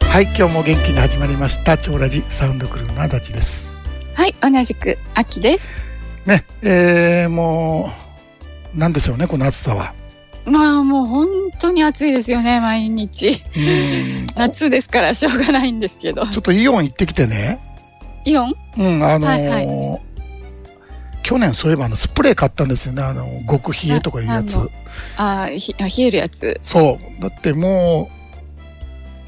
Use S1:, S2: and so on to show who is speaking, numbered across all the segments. S1: はい今日も元気に始まりました超ラジサウンドクルーの足立です
S2: はい、同じく秋です。
S1: ねえー、もうなんでしょうねこの暑さは
S2: まあもう本当に暑いですよね、毎 日。
S1: うーんち
S2: 夏ですからしょうがないんですけど。
S1: ょっとイオン行ってきてね
S2: イオン
S1: うんあのー
S2: はいは
S1: 去年そういえばあのスプレー買ったんですよねあの極冷えとかいうやつ
S2: なあーひあ、冷えるやつ。
S1: そうだっても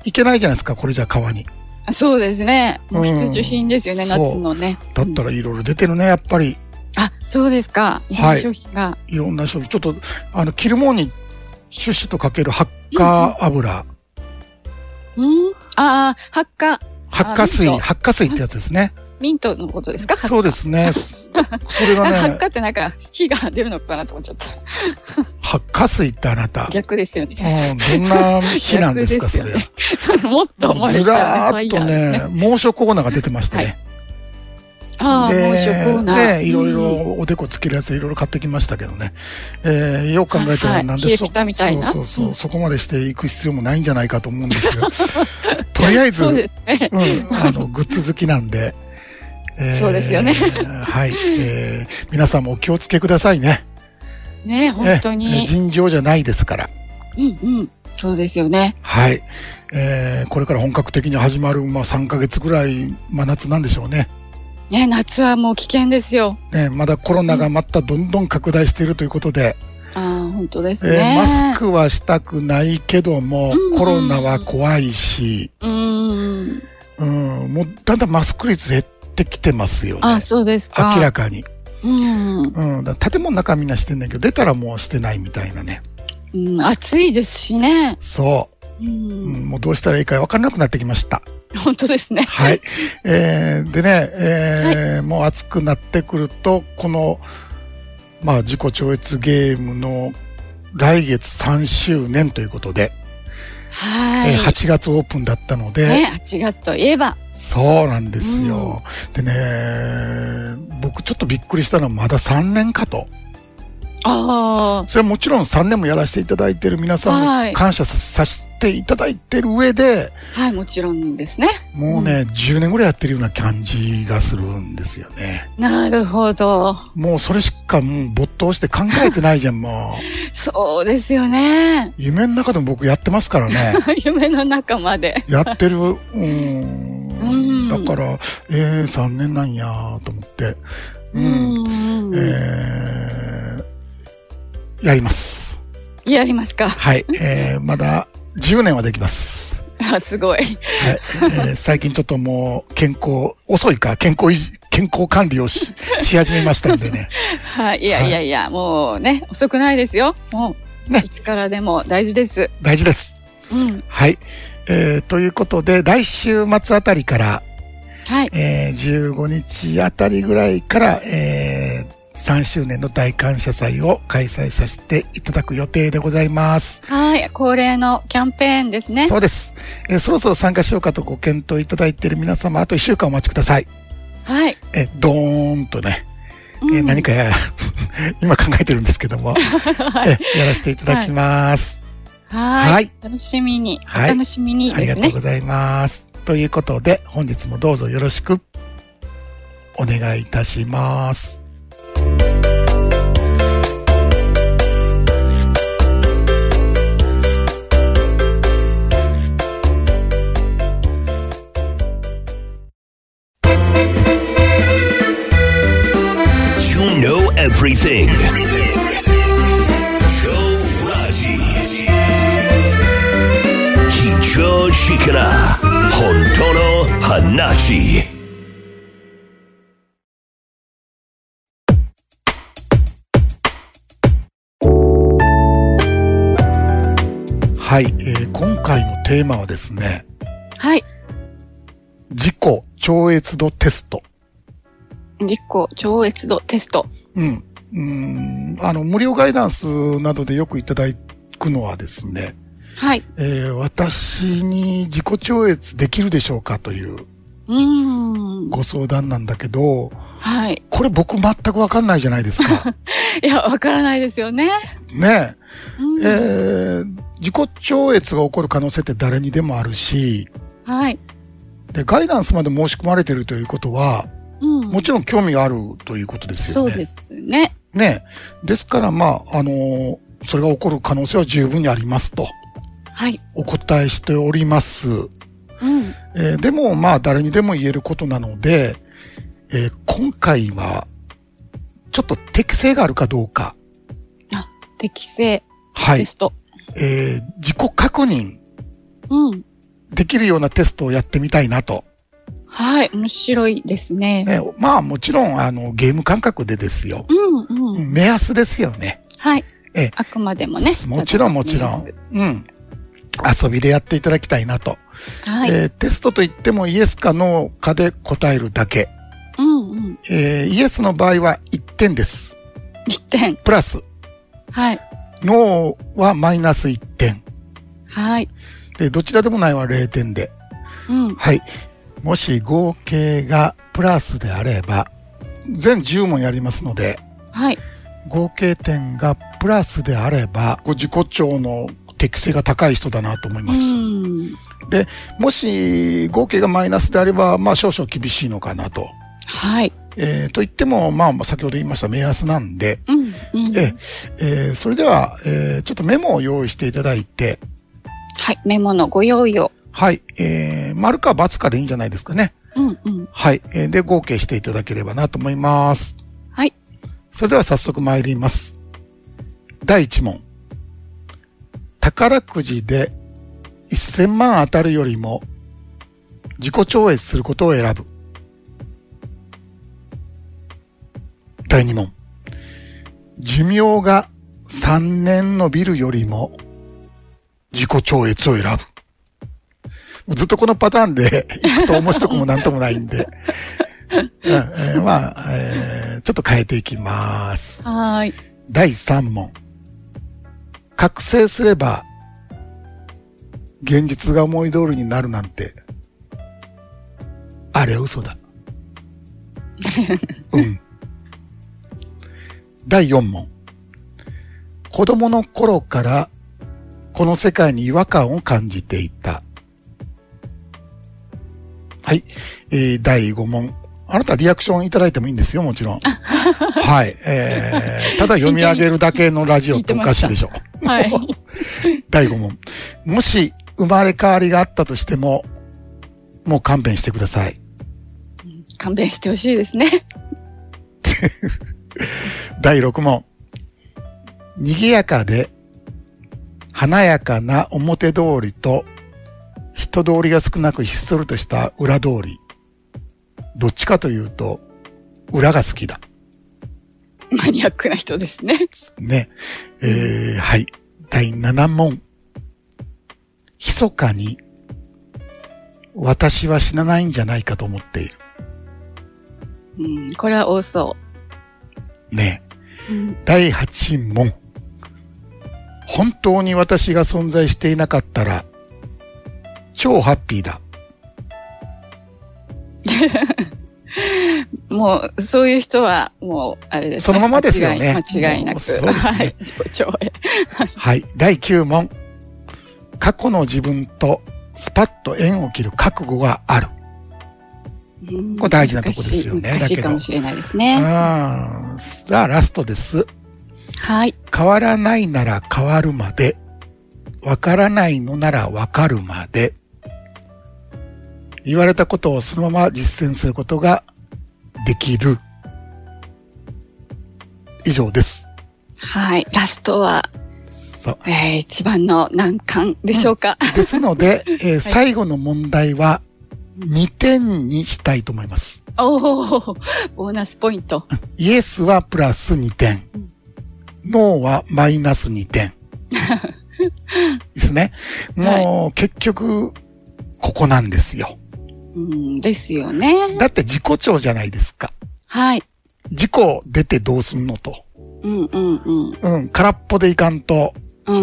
S1: う行けないじゃないですかこれじゃ川に
S2: あそうですね。もう必需品ですよね、
S1: うん
S2: 夏のね。
S1: だったらいろいろ出てるねやっぱり
S2: あ、そうですか。いろん
S1: は
S2: ない商品が。
S1: いろんな商品ちょっとあの着るものにシュッシュとかけるハッカー油、
S2: うんああ、発火。
S1: 発火水、
S2: あミント
S1: 発火水ってやつですね。
S2: ミントのことですか発火
S1: そうで すね。そそれ
S2: あ
S1: が
S2: 発
S1: ね
S2: 火、ってなんか火が出るのかなと思っちゃった。
S1: 発火水ってあなた。
S2: 逆ですよ
S1: う
S2: ね。
S1: ん、どんな日なんですか、そ
S2: 逆
S1: れ
S2: で。 もっと思われ
S1: ず
S2: ちゃ
S1: ら
S2: う
S1: ー
S2: ね
S1: っと。
S2: ファイヤー
S1: ね、猛暑コーナーが出てましてね。
S2: ああ、
S1: で
S2: 猛暑コーナー。
S1: ね、いろい
S2: うん
S1: ろおでこつけるやついろいろ買ってきましたけどね。えーよく考えた
S2: は
S1: ら
S2: い
S1: なん
S2: 冷
S1: で
S2: え
S1: そ、
S2: ピタみたいな
S1: そうそうそうう、そこまでしていく必要もないんじゃないかと思うんです が、とりあえず、
S2: そうですね。
S1: うん、あの、グッズ好きなんで、えー
S2: そうですよね
S1: はい、えー皆さんもお気をつけくださいね。
S2: ね本当
S1: ええ
S2: に。
S1: 尋常じゃないですから。
S2: うんうん。そうですよね。
S1: はい。えーこれから本格的に始まる、まあ、3ヶ月ぐらい真夏なんでしょうね。
S2: ね夏はもう危険ですよ。
S1: ね、まだコロナがまたどんどん拡大しているということで、
S2: ああ、本当です
S1: えー
S2: ね。
S1: マスクはしたくないけども、
S2: うん
S1: コロナは怖いし、
S2: うーん。
S1: うん、もうだんだんマスク率減ってきてますよね。
S2: あそうですか。
S1: 明らかに。
S2: うん。
S1: うん、だから建物の中みんなしてんねんけど、出たらもうしてないみたいなね。
S2: うん。暑いですしね。
S1: そうう。
S2: ん。
S1: うんもうどうしたらいいか分からなくなってきました。
S2: 本当ですね。
S1: はい。えーでね、えーもう暑くなってくると、この、まあ、自己超越ゲームの来月3周年ということで、
S2: は
S1: えー
S2: い。
S1: 8月オープンだったので、
S2: ね8月といえば。
S1: そうなんですよ。でね、僕ちょっとびっくりしたのはまだ3年かと。
S2: ああ。
S1: それはもちろん3年もやらせていただいてる皆さん
S2: は
S1: に
S2: い
S1: 感謝ささせていただいてる上で、
S2: はい、もちろんですね。
S1: もうね、10年ぐらいやってるような感じがするんですよね。
S2: なるほど。
S1: もうそれしかもう没頭して考えてないじゃん、も う。
S2: そうですよね。
S1: 夢の中でも僕やってます からね。
S2: 夢の中まで。
S1: やってる。うーん。
S2: うん
S1: だから、えー、3年なんやと思って。
S2: う
S1: うん。
S2: ん。
S1: えー、やります。
S2: やりますか。
S1: はい。えー、まだ10年はできます。
S2: あ、すごい。
S1: はい。えー、最近ちょっともう健康、遅いか、健康維持、健康管理を し、し始めましたんでね。
S2: はい、いやいやいや、もうね、遅くないですよ。もう、
S1: ね
S2: いつからでも大事です。
S1: 大事です。
S2: うん。
S1: はい。えー、ということで、来週末あたりから、
S2: はい。
S1: えー15日あたりぐらいから、えー3周年の大感謝祭を開催させていただく予定でございます。
S2: はい。恒例のキャンペーンですね。
S1: そうです、えーそろそろ参加しようかとご検討いただいている皆様、あと1週間お待ちください。
S2: はい。
S1: えードーンとね、
S2: うん
S1: えー何かや、 今考えてるんですけ ど
S2: は
S1: も、
S2: い。
S1: えーやらせていただきます。
S2: はい
S1: はい
S2: 楽しみに。お
S1: はい
S2: 楽しみに
S1: あり
S2: で
S1: が
S2: す
S1: とう
S2: ね
S1: ご。ざいます。ということで、本日もどうぞよろしくお願いいたします。
S3: You know everything. Joe Raji. Hijo Shikara. Hontono Hanachi.
S1: はい、えー今回のテーマはですね、
S2: はい。
S1: 自己超越度テスト。
S2: 実行超越度テスト。
S1: うん。うーん、あの、無料ガイダンスなどでよくいただくのはですね、
S2: はい。
S1: えー私に自己超越できるでしょうかという
S2: うーん。
S1: ご相談なんだけど、
S2: はい。
S1: これ僕全くわかんないじゃないです か。
S2: いや、わからないですよね。
S1: ね
S2: うん
S1: ええー自己超越が起こる可能性って誰にでもあるし、
S2: はい。
S1: でガイダンスまで申し込まれてるということは
S2: うん。
S1: もちろん興味があるということですよ
S2: そ
S1: ね。
S2: うですね。
S1: ねですからまああのーそれが起こる可能性は十分にありますと
S2: はい。
S1: お答えしております。
S2: うん。
S1: えーでもまあ誰にでも言えることなので、えー今回はちょっと適性があるかどうか、
S2: あ、適正
S1: はい
S2: テ、スト。
S1: えー自己確認
S2: うん。
S1: できるようなテストをやってみたいなと。
S2: はい。面白いですね。
S1: ね、まあもちろんあのゲーム感覚でですよ。
S2: うんうん。
S1: 目安ですよね。
S2: はい
S1: え。
S2: あくまでもね。
S1: もちろんもちろん。うん。遊びでやっていただきたいなと。
S2: はい。
S1: えーテストと言ってもイエスかノーかで答えるだけ。
S2: うんうん。
S1: えーイエスの場合は1点です。
S2: 一点。
S1: プラス。
S2: はい。
S1: ノーはマイナス1点。
S2: はい。
S1: で、どちらでもないは0点で。
S2: うん。
S1: はい。もし合計がプラスであれば、全10問やりますので、
S2: はい。
S1: 合計点がプラスであれば、ご自己調の適性が高い人だなと思いうます。
S2: ん。
S1: で、もし合計がマイナスであれば、まあ少々厳しいのかなと。
S2: はい。
S1: えーと言っても、まあ先ほど言いました目安なんで、
S2: うんうん。
S1: ええーそれでは、えーちょっとメモを用意していただいて、
S2: はい。メモのご用意を。
S1: はい、えー、丸か×かでいいんじゃないですかね。
S2: うんうん。
S1: はい、えーで、合計していただければなと思います。
S2: はい。
S1: それでは早速参ります。第1問。宝くじで1000万当たるよりも自己超越することを選ぶ。第2問。寿命が3年伸びるよりも自己超越を選ぶ。もうずっとこのパターンで いくと面白くもなんともないんで。うんえーまあ、えーちょっと変えていきます。
S2: はーい。
S1: 第3問。覚醒すれば、現実が思い通りになるなんて、あれは嘘だ。うん。第4問。子供の頃から、この世界に違和感を感じていた。はい。えー第5問。あなたリアクションいただいてもいいんですよ、もちろん。はい。えーただ読み上げるだけのラジオっておかしいでしょ。
S2: はい。
S1: 第5問。もし生まれ変わりがあったとしても、もう勘弁してください。
S2: 勘弁してほしいですね。
S1: 第6問。賑やかで、華やかな表通りと、人通りが少なくひっそりとした裏通り。どっちかというと、裏が好きだ。
S2: マニアックな人ですね。
S1: ね。えー、はい。第7問。密かに、私は死なないんじゃないかと思っている。
S2: うん。これは多そ
S1: ね。
S2: う。うん。
S1: 第8問。本当に私が存在していなかったら、超ハッピーだ。
S2: もう、そういう人は、もう、あれです、ね。
S1: そのままですよね
S2: 間違い間違いな
S1: も
S2: く。
S1: うそうですね
S2: はい。自己超越。
S1: はい。第9問。過去の自分とスパッと縁を切る覚悟がある。
S2: うん
S1: これ大事なとこですよね
S2: 難しい難しい
S1: だけど
S2: かもしれないですね。
S1: ああ。さあ、ラストです。
S2: はい。
S1: 変わらないなら変わるまで。わからないのならわかるまで。言われたことをそのまま実践することができる。以上です。
S2: はい。ラストは、
S1: そう。
S2: えー、一番の難関でしょうか。
S1: ですので、えー最後の問題は2点にしたいと思います。
S2: おおボーナスポイント。
S1: イエスはプラス2点
S2: うん。
S1: ノーはマイナス2点。 ですね。もう、結局、ここなんですよ。
S2: うん、ですよね。
S1: だって自己調じゃないですか。
S2: はい。
S1: 自己出てどうすんのと。
S2: うんうんうん。
S1: うん、空っぽでいかんと。
S2: うん
S1: う、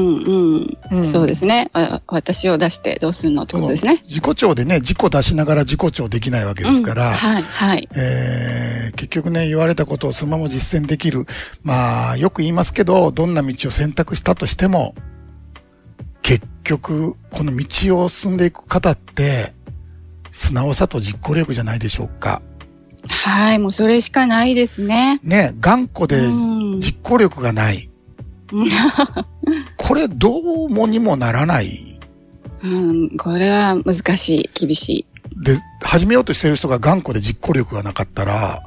S2: うんん。そうですね。わ私を出してどうするのってことですね。
S1: 自己調でね、自己出しながら自己調できないわけですから、
S2: うんはいはい。
S1: えー結局ね、言われたことをそのまま実践できる。まあ、よく言いますけど、どんな道を選択したとしても、結局、この道を進んでいく方って、素直さと実行力じゃないでしょうか。
S2: はい、もうそれしかないですね。
S1: ね、頑固で
S2: うん
S1: 実行力 がない。これどうもにもならない。
S2: うん、これは難しい、厳し
S1: で、始めようとしてる人が頑固で実行力がなかった ら、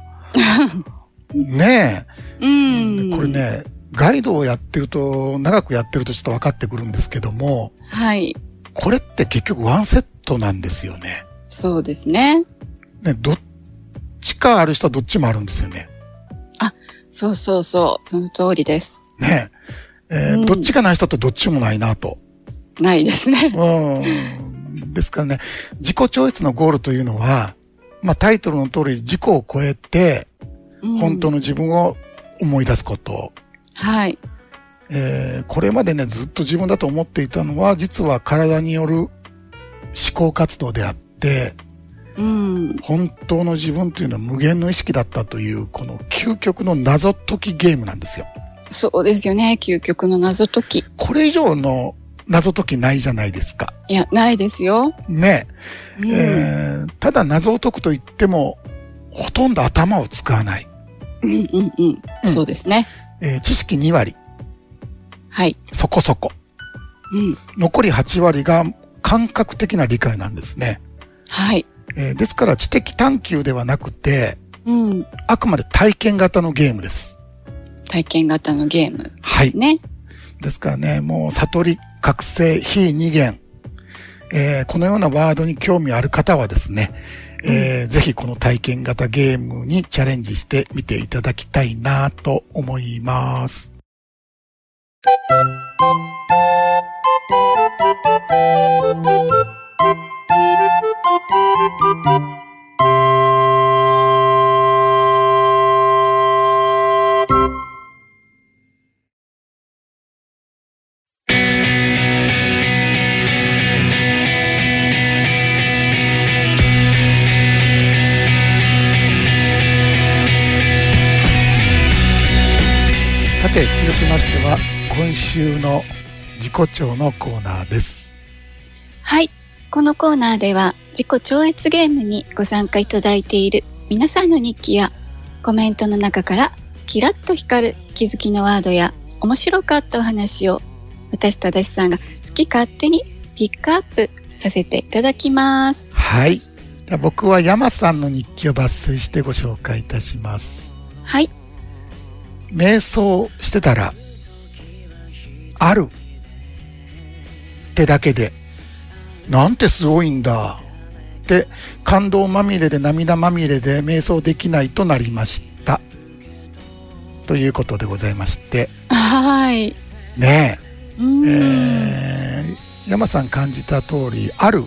S1: ね
S2: い。う
S1: え、
S2: ん。
S1: これ。ね、ガイドをやってると、長くやってるとちょっと分かってくるんですけども、
S2: はい。
S1: これって結局ワンセットなんですよね。
S2: そうですね。
S1: ね、どっちかある人はどっちもあるんですよね。
S2: そうそうそう。その通りです。
S1: ねえ。えー
S2: うん
S1: どっちがない人とどっちもないなと。
S2: ないですね。
S1: うん。ですからね、自己超越のゴールというのは、まあタイトルの通り自己を超えて、
S2: うん
S1: 本当の自分を思い出すこと。
S2: はい。
S1: えーこれまでね、ずっと自分だと思っていたのは、実は体による思考活動であって、
S2: うん。
S1: 本当の自分というのは無限の意識だったという、この究極の謎解きゲームなんですよ。
S2: そうですよね。究極の謎解き。
S1: これ以上の謎解きないじゃないですか。
S2: いや、ないですよ。
S1: ね、
S2: うん
S1: えーただ謎を解くと言っても、ほとんど頭を使わない。
S2: うんうんうん。そうですね。
S1: えー知識2割、
S2: はい。
S1: そこそこ。
S2: うん。
S1: 残り8割が感覚的な理解なんですね。
S2: はい。
S1: えーですから知的探求ではなくて、
S2: うん。
S1: あくまで体験型のゲームです。
S2: 体験型のゲーム。
S1: はい。
S2: ね。
S1: ですからね、もう悟り、覚醒、非二元。えーこのようなワードに興味ある方はですね、えーぜひこの体験型ゲームにチャレンジしてみていただきたいなと思います。さて、続きましては、今週の自己調のコーナーです。
S2: はい。このコーナーでは自己超越ゲームにご参加いただいている皆さんの日記やコメントの中からキラッと光る気づきのワードや面白かったお話を私と足立さんが好き勝手にピックアップさせていただきます。
S1: はい。では僕は山さんの日記を抜粋してご紹介いたします。
S2: はい。
S1: 瞑想してたら、あるってだけで、なんてすごいんだって感動まみれで涙まみれで瞑想できないとなりました。ということでございまして、
S2: はい。
S1: ね
S2: う
S1: え、
S2: ん。
S1: えー山さん感じた通り、ある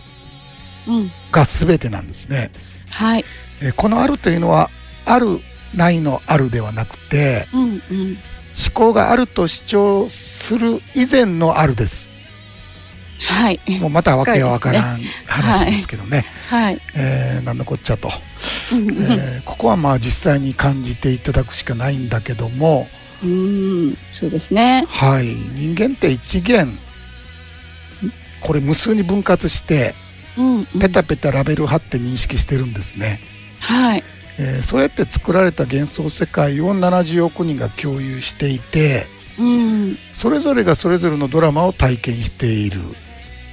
S2: うん。
S1: が全てなんですね。
S2: はい。
S1: えーこのあるというのは、ある、ないのあるではなくて、
S2: うんうん。
S1: 思考があると主張する以前のあるです。
S2: はい。
S1: もうまたわけがわからん話ですけどね。
S2: はい。
S1: えー、なんのこっちゃと、
S2: うん
S1: えーここはまあ実際に感じていただくしかないんだけども、
S2: うん。うん。そうですね。
S1: はい。人間って一元、これ無数に分割して、
S2: うん、うん。
S1: ペタペタラベル貼って認識してるんですね。
S2: はい。
S1: えーそうやって作られた幻想世界を70億人が共有していて、
S2: うん。
S1: それぞれがそれぞれのドラマを体験している。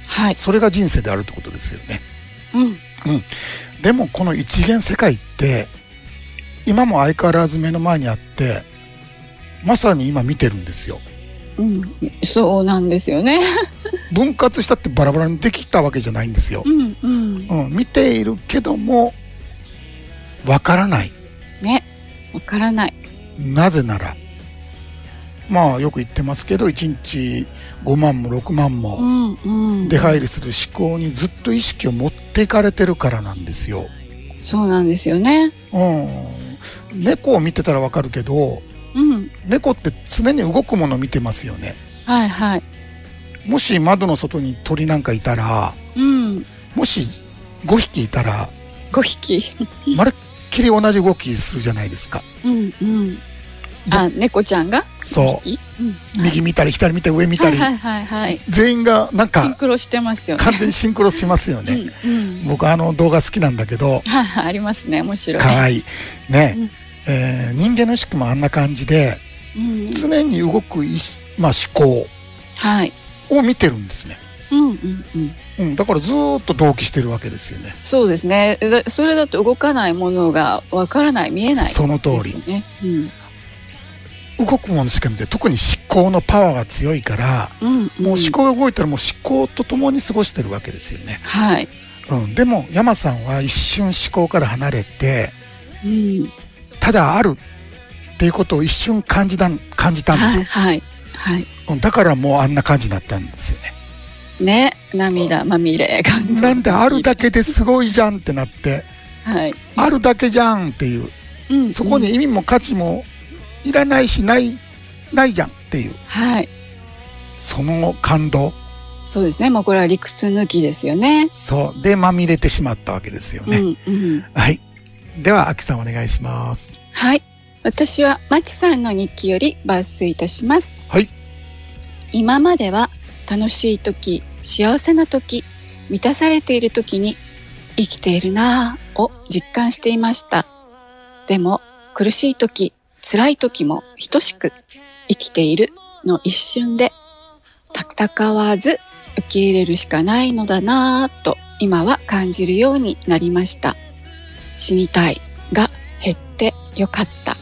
S2: はい。
S1: それが人生であるってことですよね。
S2: うん。
S1: でもこの一元世界って今も相変わらず目の前にあってまさに今見てるんですよ
S2: うん、そうなんですよね。
S1: 分割したってバラバラにできたわけじゃないんですよ、
S2: うんうん。
S1: うん、見ているけどもわからない
S2: ね。わからない。
S1: なぜならまあよく言ってますけど1日5万も6万
S2: う
S1: も
S2: んうん。
S1: 出入りする思考にずっと意識を持っていかれてるからなんですよ、
S2: そうなんですよね。
S1: うん、猫を見てたらわかるけど
S2: うん。
S1: 猫って常に動くものを見てますよね
S2: はいはい。
S1: もし窓の外に鳥なんかいたら
S2: うん。
S1: もし5匹いたら
S2: 5匹。
S1: まるっきり同じ動きするじゃないですか
S2: うんうん。あ、猫ちゃんが
S1: そう
S2: 右うん。
S1: 右見たり左見て上見た
S2: はい
S1: り、
S2: はいはいはい。
S1: 全員がなん
S2: シン
S1: か
S2: クロしてますよね。
S1: 完全にシンクロしますよね。
S2: うんうん。
S1: 僕あの動画好きなんだけ
S2: はい
S1: ど、
S2: はい、ありますね。面白い。
S1: 可愛いね、
S2: うん
S1: えー人間の意識もあんな感じで、
S2: うんうん。
S1: 常に動く意志まあ、思
S2: はい。
S1: 考を見てるんですね。
S2: うんうんうん。
S1: うん、だからずーっと同期してるわけですよね。
S2: そうですね。だそれだと動かないものがわからない、見えない、
S1: その通り。
S2: ですね。うん。
S1: 動くものしか見て特に思考のパワーが強いから
S2: うん、ん
S1: もう思考が動いたらもう思考と共に過ごしてるわけですよね、
S2: はい。
S1: うん、でも山さんは一瞬思考から離れて
S2: うん。
S1: ただあるっていうことを一瞬感じたん感じたんです
S2: はい
S1: よ、
S2: はい。はい。
S1: うん、だからもうあんな感じになったんですよね
S2: ね、涙まみれ感動
S1: なんであるだけですごいじゃんってなって
S2: はい。
S1: あるだけじゃんっていう
S2: うん
S1: そこに
S2: うん
S1: 意味も価値もいらないしないないじゃんっていう
S2: はい。
S1: その感動
S2: そうですね。もうこれは理屈抜きですよね。
S1: そうでまみれてしまったわけですよね、
S2: うんうん。
S1: はい。では、秋さんお願いします。
S2: はい。私は、まちさんの日記より抜粋いたします。
S1: はい。
S2: 今までは、楽しい時、幸せな時、満たされている時に、生きているなぁを実感していました。でも、苦しい時、辛い時も等しく、生きているの一瞬で、戦わず受け入れるしかないのだなぁと、今は感じるようになりました。死にたいが減ってよかった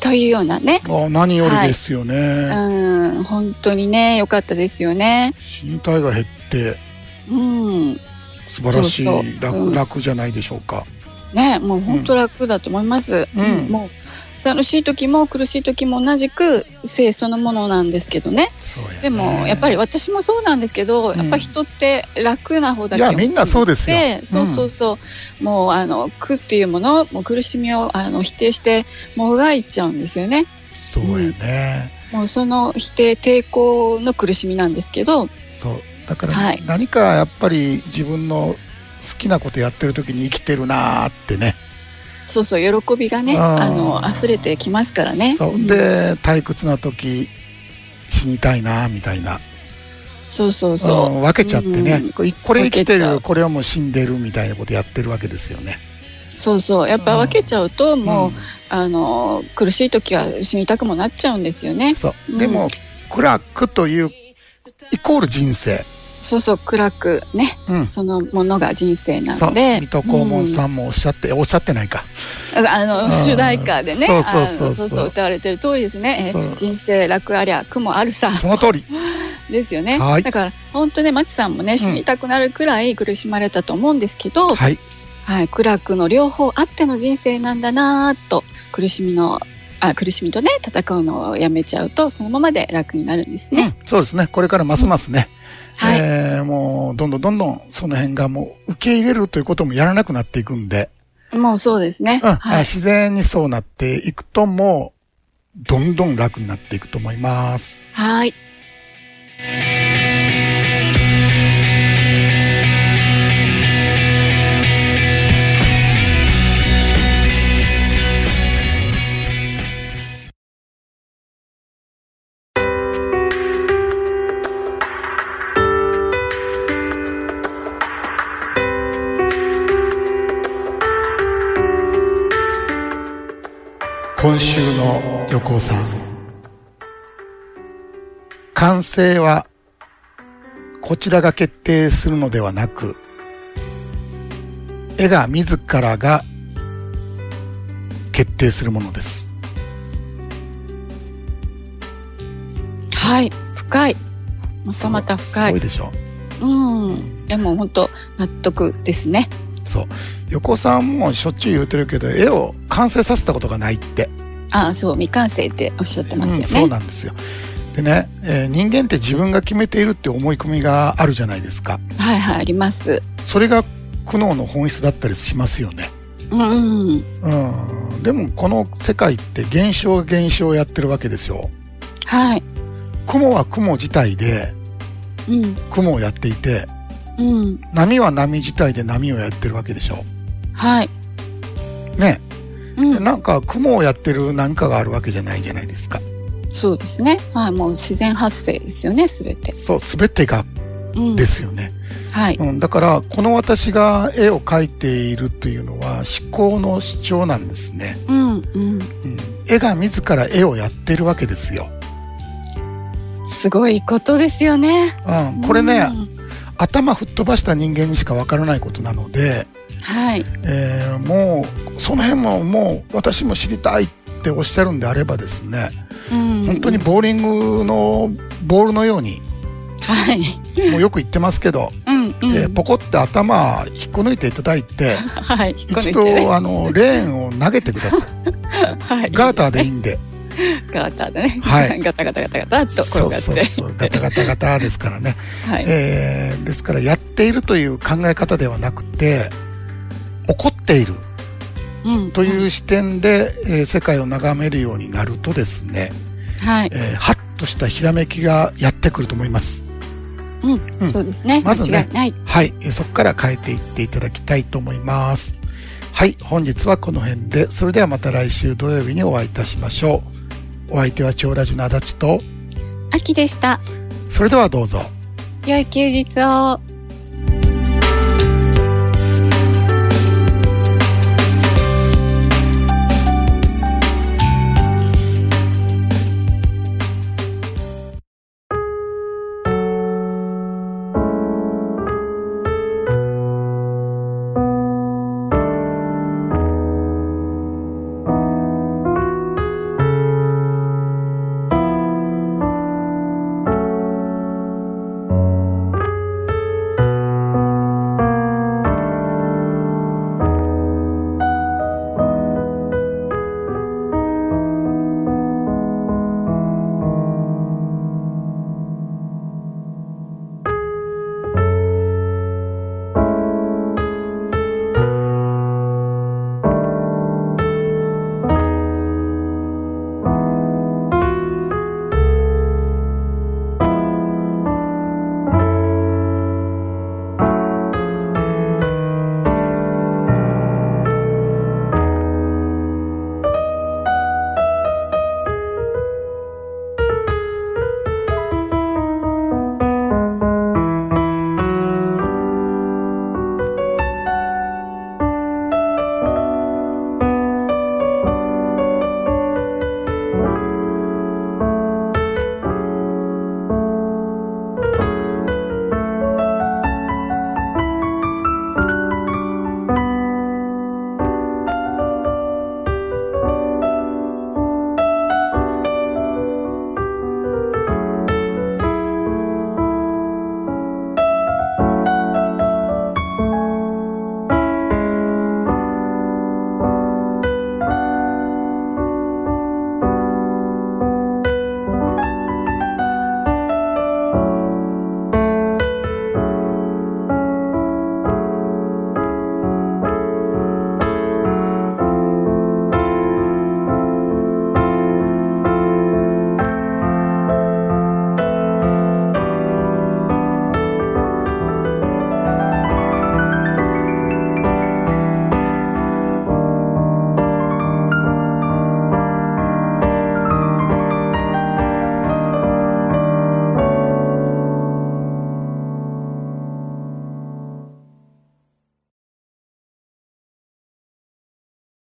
S2: というようなね
S1: あ何よりですよね。
S2: うん本当にねよかったですよね
S1: 身体が減って
S2: うん
S1: 素晴らしい
S2: そうそう
S1: 楽
S2: うん
S1: 楽じゃないでしょうか。
S2: ねもう本当楽だと思います、
S1: うん
S2: もう楽しい時も苦しい時も同じく性そのものなんですけどね
S1: そうやね
S2: でもやっぱり私もそうなんですけど、
S1: うん
S2: やっぱ人って楽な方だけ
S1: いやみんなそうですよ
S2: でそうそうそう、もうあの苦っていうものもう苦しみをあの否定してもがいちゃうんですよね
S1: そうやね。
S2: もうその否定抵抗の苦しみなんですけど、
S1: そうだから、
S2: はい
S1: 何かやっぱり自分の好きなことやってる時に生きてるなーってね。
S2: そうそう喜びがね、
S1: あー
S2: あの溢れてきますからね。
S1: そうんで退屈な時死にたいなーみたいな。
S2: そうそう
S1: う
S2: そ
S1: ん分けちゃって
S2: う
S1: ね
S2: ん。
S1: これこれ生き
S2: 分
S1: て
S2: けちゃ
S1: る
S2: う
S1: これはもう死んでるみたいなことやってるわけですよね。
S2: う、そうそう、やっぱ分けちゃうと、もう、
S1: ん
S2: あの苦しい時は死にたくもなっちゃうんですよね。
S1: そうう。
S2: ん
S1: でも、暗くという、イコール人生。
S2: そうそう、暗くね、
S1: うん。
S2: そのものが人生な
S1: そ
S2: の
S1: う。
S2: で。
S1: 水戸黄門さんもおっしゃって、おっしゃってないか。
S2: うん。あ
S1: うん
S2: の主題歌でね、
S1: そうそうそうそう
S2: あのそう歌われてる通りですね。え
S1: そう
S2: 人生楽ありゃ苦もあるさ。
S1: その通り。
S2: ですよね。
S1: はい
S2: だから本当ね、マチさんもね、死にたくなるくらい苦しまれたと思うんですけど、
S1: はい。
S2: はい、苦楽の両方あっての人生なんだなぁと、苦しみの、あ、苦しみとね、戦うのをやめちゃうと、そのままで楽になるんです
S1: う
S2: ね。
S1: ん。そうですね。これからますますね。
S2: はい
S1: えーもう、どんどんどんどん、その辺がもう、受け入れるということもやらなくなっていくんで、
S2: もうそうですね。
S1: うん。
S2: はい。
S1: 自然にそうなっていくと、もう、どんどん楽になっていくと思います。
S2: はい。
S1: 今週の横尾さん。完成は、こちらが決定するのではなく、絵が自らが決定するものです。
S2: はい。深い。またまた深
S1: すご
S2: い。
S1: いでしょ。
S2: うん。でも本当、納得ですね。
S1: そう。横尾さんもしょっちゅう言ってるけど、絵を完成させたことがないって。
S2: あ、そう、未完成っておっしゃってま
S1: うん、
S2: す
S1: そ
S2: よ
S1: う
S2: ね。
S1: なんですよ。でね、えー人間って自分が決めているって思い込みがあるじゃないですか。
S2: はいはい、あります。
S1: それが苦悩の本質だったりしますよね。
S2: うんうん。
S1: うん、でもこの世界って現象が現象をやってるわけですよ。
S2: はい。
S1: 雲は雲自体で
S2: うん。
S1: 雲をやっていて、
S2: うん。
S1: 波は波自体で波をやってるわけでしょ。
S2: はい。
S1: ね。
S2: うん、
S1: なんか雲をやってるなんかがあるわけじゃないじゃないですか。
S2: そうですね。はい、もう自然発生ですよね、すべて。
S1: そう、すべてが
S2: うん
S1: で。すよね。
S2: はい。
S1: うん、だから、この私が絵を描いているというのは思考の主張なんですね。
S2: うん、うん。
S1: うん、絵が自ら絵をやってるわけですよ。
S2: すごいことですよね。
S1: うん、これね、
S2: うん
S1: 頭吹っ飛ばした人間にしかわからないことなので、
S2: はい。
S1: えーもう、その辺ももう私も知りたいっておっしゃるんであればですね、
S2: うん。
S1: 本当に。ボーリングのボールのように、
S2: はい。
S1: もうよく言ってますけど、
S2: うん、うん。
S1: えーポコって頭引っこ抜いていただいて、
S2: はい。引っこ抜
S1: 一
S2: いてね
S1: 度、あの、レーンを投げてください。
S2: はい。
S1: ガーターでいいんで。
S2: ガタでね。
S1: はい
S2: ガタガタガタガタっ と転
S1: そう
S2: がっ
S1: そう
S2: て。
S1: そう。ガタガタガタですからね。
S2: はい。
S1: えーですから、やっているという考え方ではなくて、怒っている
S2: うん。
S1: という視点で、えー世界を眺めるようになるとですね、
S2: はい。
S1: えーハッとしたひらめきがやってくると思います。
S2: う
S1: う
S2: んん。そうですね。
S1: まずね
S2: 間違いない。
S1: はい。えーそこから変えていっていただきたいと思います。はい。本日はこの辺で、それではまた来週土曜日にお会いいたしましょう。お相手は長ラジの足立と、
S2: 秋でした。
S1: それではどうぞ。
S2: 良い休日を。